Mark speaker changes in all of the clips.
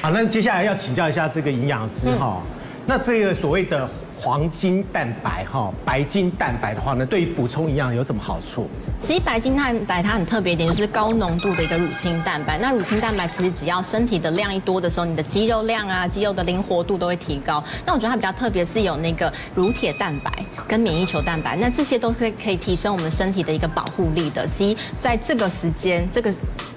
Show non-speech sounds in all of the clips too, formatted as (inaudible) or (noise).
Speaker 1: 好，那接下来要请教一下这个营养师哈、那这个所谓的黄金蛋白哈，白金蛋白的话呢，对于补充营养有什么好处？
Speaker 2: 其实白金蛋白它很特别一点，就是高浓度的一个乳清蛋白。那乳清蛋白其实只要身体的量一多的时候，你的肌肉量啊、肌肉的灵活度都会提高。那我觉得它比较特别是有那个乳铁蛋白跟免疫球蛋白，那这些都是可以提升我们身体的一个保护力的。其实在这个时间，这个。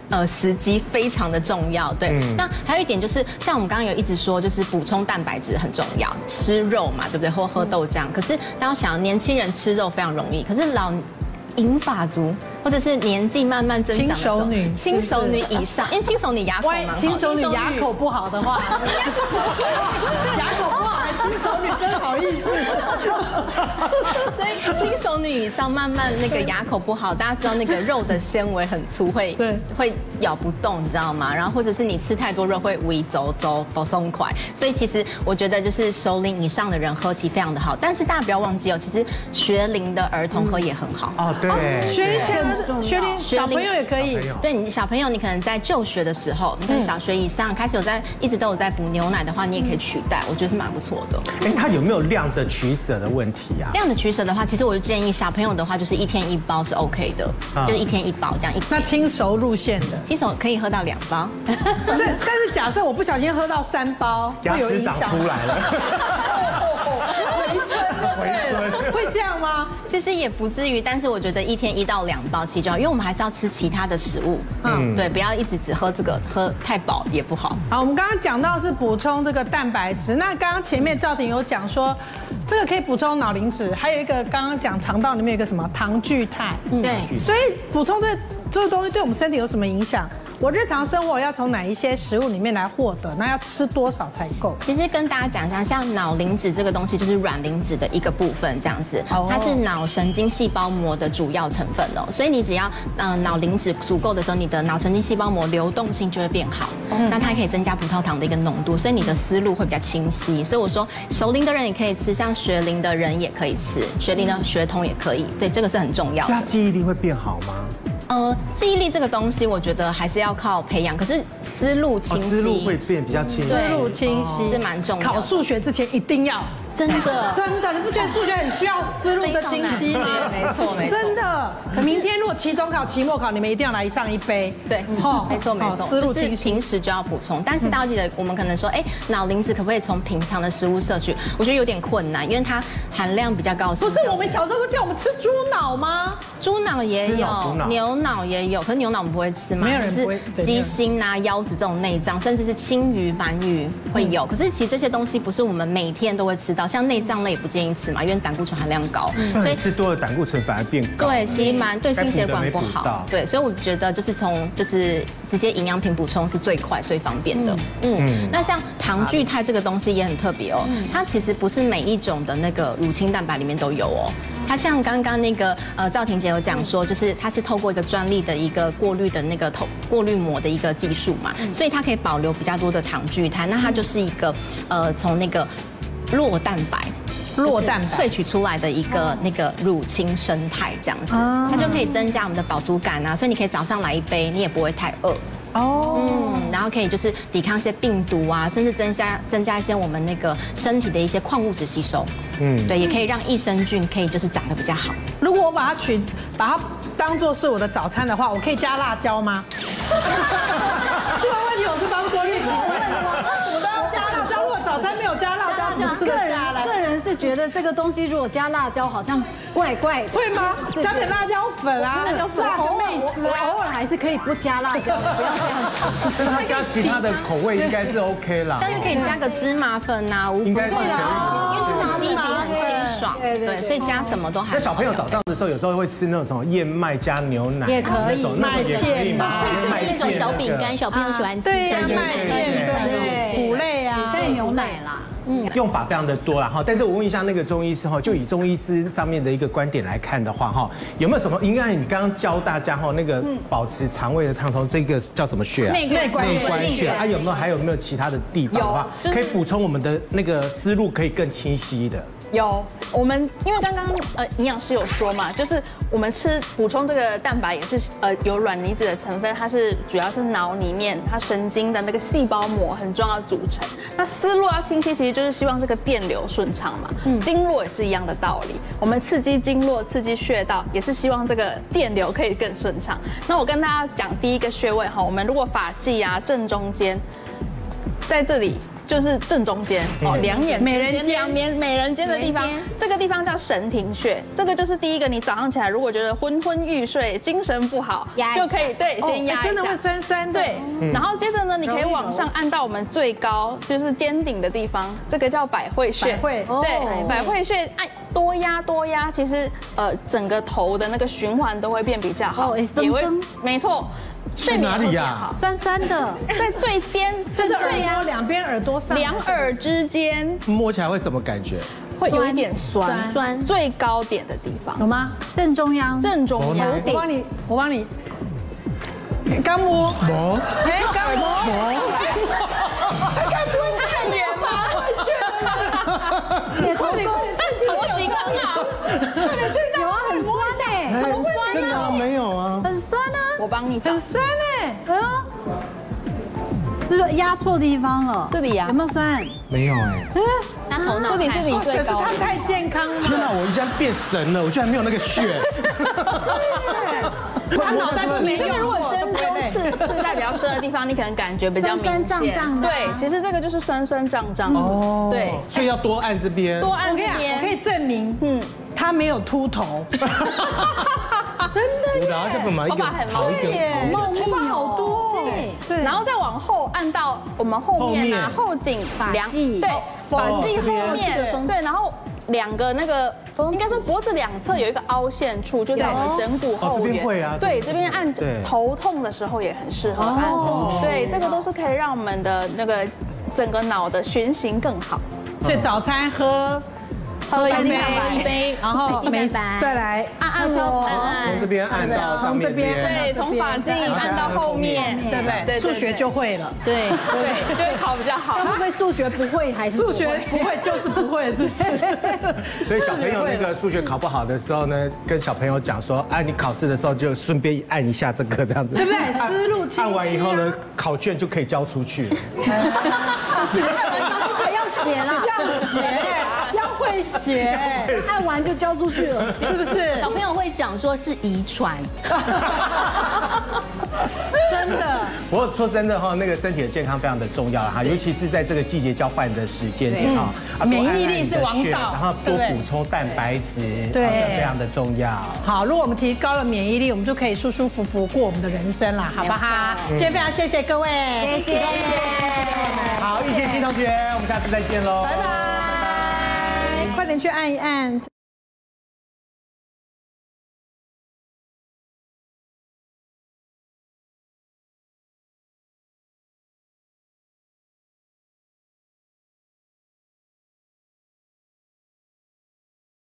Speaker 2: 呃，时机非常的重要，对。那还有一点就是，像我们刚刚有一直说，就是补充蛋白质很重要，吃肉嘛，对不对？或喝豆浆。可是大家想，年轻人吃肉非常容易，可是老银发族或者是年纪慢慢增长的时候
Speaker 3: 轻熟女是不是
Speaker 2: 轻熟女以上，因为轻熟女牙口蛮好的，
Speaker 3: 轻手女牙口不好的话，牙口不好还轻手女，真好意思。
Speaker 2: 所以轻熟女以上，慢慢那个牙口不好，大家知道那个肉的纤维很粗，会
Speaker 3: 对
Speaker 2: 会咬不动，你知道吗？然后或者是你吃太多肉会微走走不松快。所以其实我觉得就是熟龄以上的人喝其实非常的好，但是大家不要忘记哦，其实学龄的儿童喝也很好。
Speaker 1: 哦，对，
Speaker 3: 学龄前，学龄小朋友也可以
Speaker 1: 小朋。友
Speaker 2: 对你小朋友，你可能在就学的时候，你可能小学以上开始有在一直都有在补牛奶的话，你也可以取代，我觉得是蛮不错的。
Speaker 1: 哎，它有没有量的取舍的问题啊？
Speaker 2: 量的取舍的话，其实我就建议小朋友的话，就是一天一包是 OK 的，
Speaker 1: 啊
Speaker 2: 就是一天一包这样一
Speaker 3: 那轻熟路线的，
Speaker 2: 新手可以喝到两包，
Speaker 3: 不是，但是假设我不小心喝到三包，
Speaker 1: 牙
Speaker 3: 会有
Speaker 1: 齿
Speaker 3: 影
Speaker 1: 长
Speaker 3: 响。
Speaker 1: 出来了，
Speaker 3: (laughs) 回
Speaker 1: 回春
Speaker 3: 春，会这样吗？
Speaker 2: 其实也不至于，但是我觉得一天一到两包其实就好，因为我们还是要吃其他的食物，嗯，对，不要一直只喝这个，喝太饱也不好。
Speaker 3: 好，我们刚刚讲到是补充这个蛋白质，那刚刚前面赵婷有讲说，这个可以补充脑磷脂，还有一个刚刚讲肠道里面有一个什么糖聚肽，
Speaker 2: 对
Speaker 3: 所以补充这这个东西对我们身体有什么影响？我日常生活要从哪一些食物里面来获得？那要吃多少才够？
Speaker 2: 其实跟大家讲一下，像脑磷脂这个东西，就是软磷脂的一个部分，这样子，
Speaker 3: 哦
Speaker 2: 它是脑神经细胞膜的主要成分哦。所以你只要呃脑磷脂足够的时候，你的脑神经细胞膜流动性就会变好，
Speaker 3: 哦
Speaker 2: 那它可以增加葡萄糖的一个浓度，所以你的思路会比较清晰。所以我说，熟龄的人也可以吃，像学龄的人也可以吃，学龄的学童也可以，对，这个是很重要
Speaker 1: 对。
Speaker 2: 的
Speaker 3: 嗯
Speaker 1: 它记忆力会变好吗？
Speaker 2: 呃，记忆力这个东西，我觉得还是要靠培养，可是思路
Speaker 1: 哦，
Speaker 2: 清晰，
Speaker 1: 思路会变比较清晰
Speaker 3: 思。路清晰
Speaker 2: 哦是蛮重要的
Speaker 3: 考数学之前一定要，
Speaker 2: 真
Speaker 3: (laughs)
Speaker 2: 的。
Speaker 3: 真的，你不觉得数学很需要思路的清晰吗？
Speaker 2: 对没错 (laughs) 没错
Speaker 3: 真的。明天如果期中考、期末考，你们一定要来上一杯。
Speaker 2: 对，
Speaker 3: (laughs) 哦
Speaker 2: 没错没
Speaker 3: 哦
Speaker 2: 错，
Speaker 3: 思
Speaker 2: 就
Speaker 3: 路
Speaker 2: 是
Speaker 3: 清晰嗯
Speaker 2: 平。时就要补充。但是大家记得，我们可能说，哎，脑磷脂可不可以从平常的食物摄取？我觉得有点困难，因为它含量比较高。
Speaker 3: 不是我们小时候都叫我们吃猪脑吗？
Speaker 2: 猪脑也
Speaker 1: 猪脑猪
Speaker 2: 有
Speaker 1: 脑，
Speaker 2: 牛脑也有，可是牛脑我们不会吃嘛，
Speaker 3: 哦没有人
Speaker 2: 就是
Speaker 3: 不会对
Speaker 2: 鸡心啊、腰子这种内脏，甚至是青鱼、鳗鱼会
Speaker 3: 嗯
Speaker 2: 有。可是其实这些东西不是我们每天都会吃到，像内脏类也不建议吃嘛，因为胆固醇含量高，
Speaker 1: 所
Speaker 3: 嗯
Speaker 2: 所
Speaker 1: 以
Speaker 2: 以。
Speaker 1: 吃多了胆固醇反而变高。
Speaker 2: 对，其实蛮对心血管不
Speaker 1: 该补的没补到
Speaker 2: 好，对，所以我觉得就是从就是直接营养品补充是最快最方便的。嗯，那像糖聚肽这个东西也很特别哦，
Speaker 1: 嗯
Speaker 2: 它其实不是每一种的那个乳清蛋白里面都有哦。它像刚刚那个呃赵婷姐有讲说，就是它是透过一个专利的一个过滤的那个透过滤膜的一个技术嘛，
Speaker 1: 嗯
Speaker 2: 所以它可以保留比较多的糖聚肽，那它就是一个呃从那个酪蛋白。
Speaker 3: 酪蛋白
Speaker 2: 就是萃取出来的一
Speaker 4: 哦
Speaker 2: 个那个乳清生态这样子，它就可以增加我们的饱足感啊，所以你可以早上来一杯，你也不会太饿。
Speaker 3: 哦，
Speaker 2: 嗯，然后可以就是抵抗一些病毒啊，甚至增加增加一些我们那个身体的一些矿物质吸收。嗯，对，也可以让益生菌可以就是长得比较好。
Speaker 4: 哦
Speaker 3: 如果我把它取，把它当做是我的早餐的话，我可以加辣椒吗？这个问题我是帮郭丽请问的吗，我都要加辣椒。如果早餐没有加辣椒，怎么吃得
Speaker 4: 个
Speaker 3: 下
Speaker 4: 人
Speaker 3: 来？
Speaker 4: 个人是觉得这个东西如果加辣椒好像怪怪的，
Speaker 3: 会吗？
Speaker 4: 是
Speaker 3: 加点辣椒粉啊，
Speaker 4: 辣椒粉，
Speaker 3: 辣的
Speaker 4: 偶尔
Speaker 3: 妹
Speaker 4: 我
Speaker 3: 子
Speaker 4: 我
Speaker 3: 啊。
Speaker 4: 偶尔还是可以不加辣椒，不要这样。
Speaker 1: 但它加其他的口味应该是 OK 啦。
Speaker 2: 但是可以加个芝麻粉啊，无
Speaker 1: 应该是可以
Speaker 2: 因为它的基底很清爽，
Speaker 4: 对对对
Speaker 2: 对，所以加什么都还
Speaker 1: 那
Speaker 2: 好。
Speaker 1: 小朋友早上的时候，有时候会吃那种什么燕麦加牛奶，啊
Speaker 4: 也可
Speaker 1: 那
Speaker 4: 以
Speaker 1: 种那种也可以吗
Speaker 3: 麦片
Speaker 5: 那一种小饼干，
Speaker 1: 燕麦片
Speaker 5: 小朋友喜欢
Speaker 4: 啊
Speaker 5: 吃
Speaker 3: 对呀、
Speaker 5: 这样
Speaker 3: 麦片
Speaker 4: 对
Speaker 3: 这种谷类啊，
Speaker 4: 带牛奶啦，
Speaker 1: 那个用法非常的多啦哈。但是我问一下那个中医师哈，就以中医师上面的一个观点来看的话哈，有没有什么？应该你刚刚教大家哈，那个
Speaker 5: 嗯
Speaker 1: 保持肠胃的畅通，这个叫什么穴啊？
Speaker 5: 内
Speaker 3: 关
Speaker 1: 内关穴啊，有没有还有没有其他的地方的话，可以补充我们的那个思路，可以更清晰的？
Speaker 5: 有，我们因为刚刚呃营养师有说嘛，就是我们吃补充这个蛋白也是呃有软离子的成分，它是主要是脑里面它神经的那个细胞膜很重要的组成。那思路要清晰，其实就是希望这个电流顺畅嘛。经络也是一样的道理，我们刺激经络、刺激穴道，也是希望这个电流可以更顺畅。那我跟大家讲第一个穴位哈，我们如果发际啊正中间，在这里。就是正中间哦，两眼之间
Speaker 3: 嗯美人尖
Speaker 5: 两边美人尖的地方
Speaker 4: 美人尖，
Speaker 5: 这个地方叫神庭穴，这个就是第一个，你早上起来如果觉得昏昏欲睡、精神不好
Speaker 4: 压，一下
Speaker 5: 就可以对先压
Speaker 3: 哦
Speaker 5: 一下，
Speaker 3: 哎真的会酸酸的。嗯
Speaker 5: 对，然后接着呢，你可以往上按到我们最高，就是尖顶的地方，这个叫百会穴。
Speaker 3: 百会哦
Speaker 5: 对，百会穴按多压多压，其实呃整个头的那个循环都会变比较好，
Speaker 4: 哦哎松松
Speaker 5: 没错，睡眠
Speaker 1: 在哪
Speaker 5: 也会
Speaker 1: 里
Speaker 5: 变
Speaker 1: 呀
Speaker 5: 好，
Speaker 3: 酸酸的，
Speaker 5: 在最边，
Speaker 3: 就
Speaker 5: 就是是
Speaker 3: 耳
Speaker 5: 最
Speaker 3: 朵啊两边耳朵上，
Speaker 5: 两耳之间
Speaker 1: 摸起来会什么感觉？
Speaker 5: 会有一点酸，
Speaker 4: 酸
Speaker 5: 最高点的地方
Speaker 3: 有吗？
Speaker 4: 正中央
Speaker 5: 正中央
Speaker 1: 头。
Speaker 3: 我帮你，我帮你。干摸，
Speaker 1: 哦，
Speaker 5: 哎，干嘛？太远吗？
Speaker 3: 铁头功，
Speaker 5: 头型很好，
Speaker 3: 有啊，很酸哎，
Speaker 1: 哎真的啊没有啊，
Speaker 4: 很酸啊，
Speaker 5: 我帮你找
Speaker 3: 很酸哎，
Speaker 4: 哎呦，是不是压错地方了？
Speaker 5: 这里呀
Speaker 4: 有没有酸？
Speaker 1: 没有哎。
Speaker 2: 那头脑
Speaker 5: 这里
Speaker 2: 还
Speaker 5: 是
Speaker 2: 好
Speaker 5: 你
Speaker 3: 可
Speaker 5: 最
Speaker 3: 是
Speaker 5: 高
Speaker 3: 他
Speaker 5: 的。
Speaker 3: 太健康
Speaker 1: 天 (laughs) 哪，
Speaker 3: 了，
Speaker 1: 我一下变神了，我居然没有那个血。
Speaker 3: 他脑袋都没
Speaker 5: 这个
Speaker 3: 有。
Speaker 5: 如果针
Speaker 3: (laughs)
Speaker 5: 灸刺刺在比较深的地方，你可能感觉比较明
Speaker 4: 酸
Speaker 5: 显。
Speaker 4: 酸胀胀的啊
Speaker 5: 对，其实这个就是酸酸胀胀。哦
Speaker 1: 哦，，
Speaker 5: 对，
Speaker 1: 所以要多按这边。
Speaker 5: 多按
Speaker 3: 我跟
Speaker 5: 这
Speaker 3: 你讲，我可以
Speaker 5: 边。
Speaker 3: 证明，嗯，他没有秃头， (laughs)
Speaker 5: 真
Speaker 1: 我
Speaker 5: 的
Speaker 1: 然后这个嘛，一
Speaker 5: 头
Speaker 1: 个
Speaker 5: 发很
Speaker 1: 好
Speaker 5: 茂
Speaker 1: 一个
Speaker 5: 密耶，
Speaker 1: 好
Speaker 5: 密，头发好多
Speaker 3: (laughs)
Speaker 5: 哦。
Speaker 3: 对
Speaker 5: 然后再往后按到我们后面啊，
Speaker 1: 后
Speaker 5: 后颈两
Speaker 4: 际
Speaker 5: 对，发际
Speaker 1: 这边
Speaker 5: 后面对，然后两个那个。应该说脖子两侧有一个凹陷处，就在我们枕骨
Speaker 1: 哦
Speaker 5: 后
Speaker 1: 这边
Speaker 5: 缘。
Speaker 1: 会啊
Speaker 5: 对，这边按
Speaker 1: 对
Speaker 5: 头痛的时候也很适合按。对，这个都是可以让我们的那个整个脑的循行更好。
Speaker 3: 所以早餐喝
Speaker 5: 喝
Speaker 3: 一杯
Speaker 5: 一杯，
Speaker 3: 然后没再来
Speaker 5: 按按摩，
Speaker 1: 一个从这边按到上面这
Speaker 3: 啊从这边
Speaker 1: 边。
Speaker 5: 对，从发际按到后面，
Speaker 3: 对不对？
Speaker 5: 对
Speaker 3: 数学就会了，
Speaker 5: 对对，就会考比较好。
Speaker 4: 会不会数学不会还是不
Speaker 3: 数
Speaker 4: 会
Speaker 3: 学不会就是不会，是不是？
Speaker 1: (laughs) 所以小朋友那个数学考不好的时候呢，跟小朋友讲说，哎，你考试的时候就顺便按一下这个这样子，
Speaker 3: 对不对
Speaker 1: 按
Speaker 3: 思路清晰啊
Speaker 1: 按完以后呢，考卷就可以交出去了。
Speaker 4: 不要写啦，
Speaker 3: 要学，要会学，
Speaker 4: 按完就交出去了。
Speaker 3: 是不
Speaker 1: (laughs)
Speaker 3: 是？
Speaker 6: 小朋友会讲说是遗传，
Speaker 3: 真的，
Speaker 1: 不过说真的哈，那个身体的健康非常的重要了哈，尤其是在这个季节交换的时间点哈，啊
Speaker 3: 免疫
Speaker 1: 多按按
Speaker 3: 力
Speaker 1: 你的
Speaker 3: 是王
Speaker 1: 血
Speaker 3: 道
Speaker 1: 然后多
Speaker 3: 对
Speaker 1: 补充蛋白质，
Speaker 3: 对
Speaker 1: 啊这非常的重要。
Speaker 3: 好，如果我们提高了免疫力，我们就可以舒舒服服过我们的人生啦，好不好？今天非常谢谢各位，
Speaker 4: 谢谢。
Speaker 1: 好，易贤新同学，我们下次再见喽，拜拜。
Speaker 3: 快点去按一按。